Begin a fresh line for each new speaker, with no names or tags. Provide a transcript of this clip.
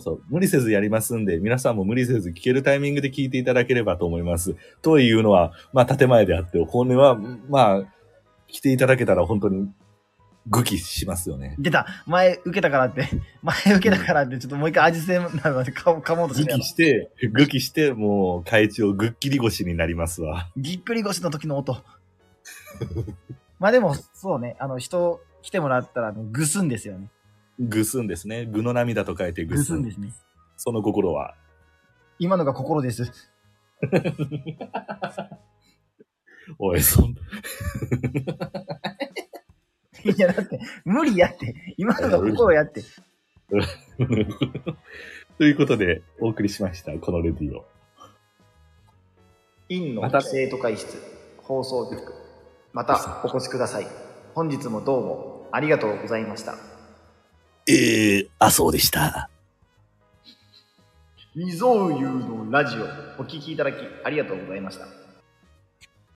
そう、無理せずやりますんで、皆さんも無理せず聞けるタイミングで聞いていただければと思います。というのは、まあ、建前であって、本音は、まあ、来ていただけたら本当に、愚気しますよね。
出た前受けたからって、 前受けたからって、ちょっともう一回味せんなのでか噛もうとし
愚
てるやろ
気して、愚気して、もう、会長、ぐっきり腰になりますわ。
ぎっくり腰の時の音。 まあでも、そうね、あの、人来てもらったら、あのぐすんですよね。
ぐすんですね。ぐの涙と書いてぐ
ぐ
す
すん
ん。
ですね。
その心は。
今のが心です。
おい、そん、
いや、だって、無理やって。今のが心やって。
ということで、お送りしました、このレディを。
院の
また
生徒会室放送局またお越しください本日もどうもありがとうございました
ええー、あ、そうでした。
未曾有のラジオお聞きいただきありがとうございました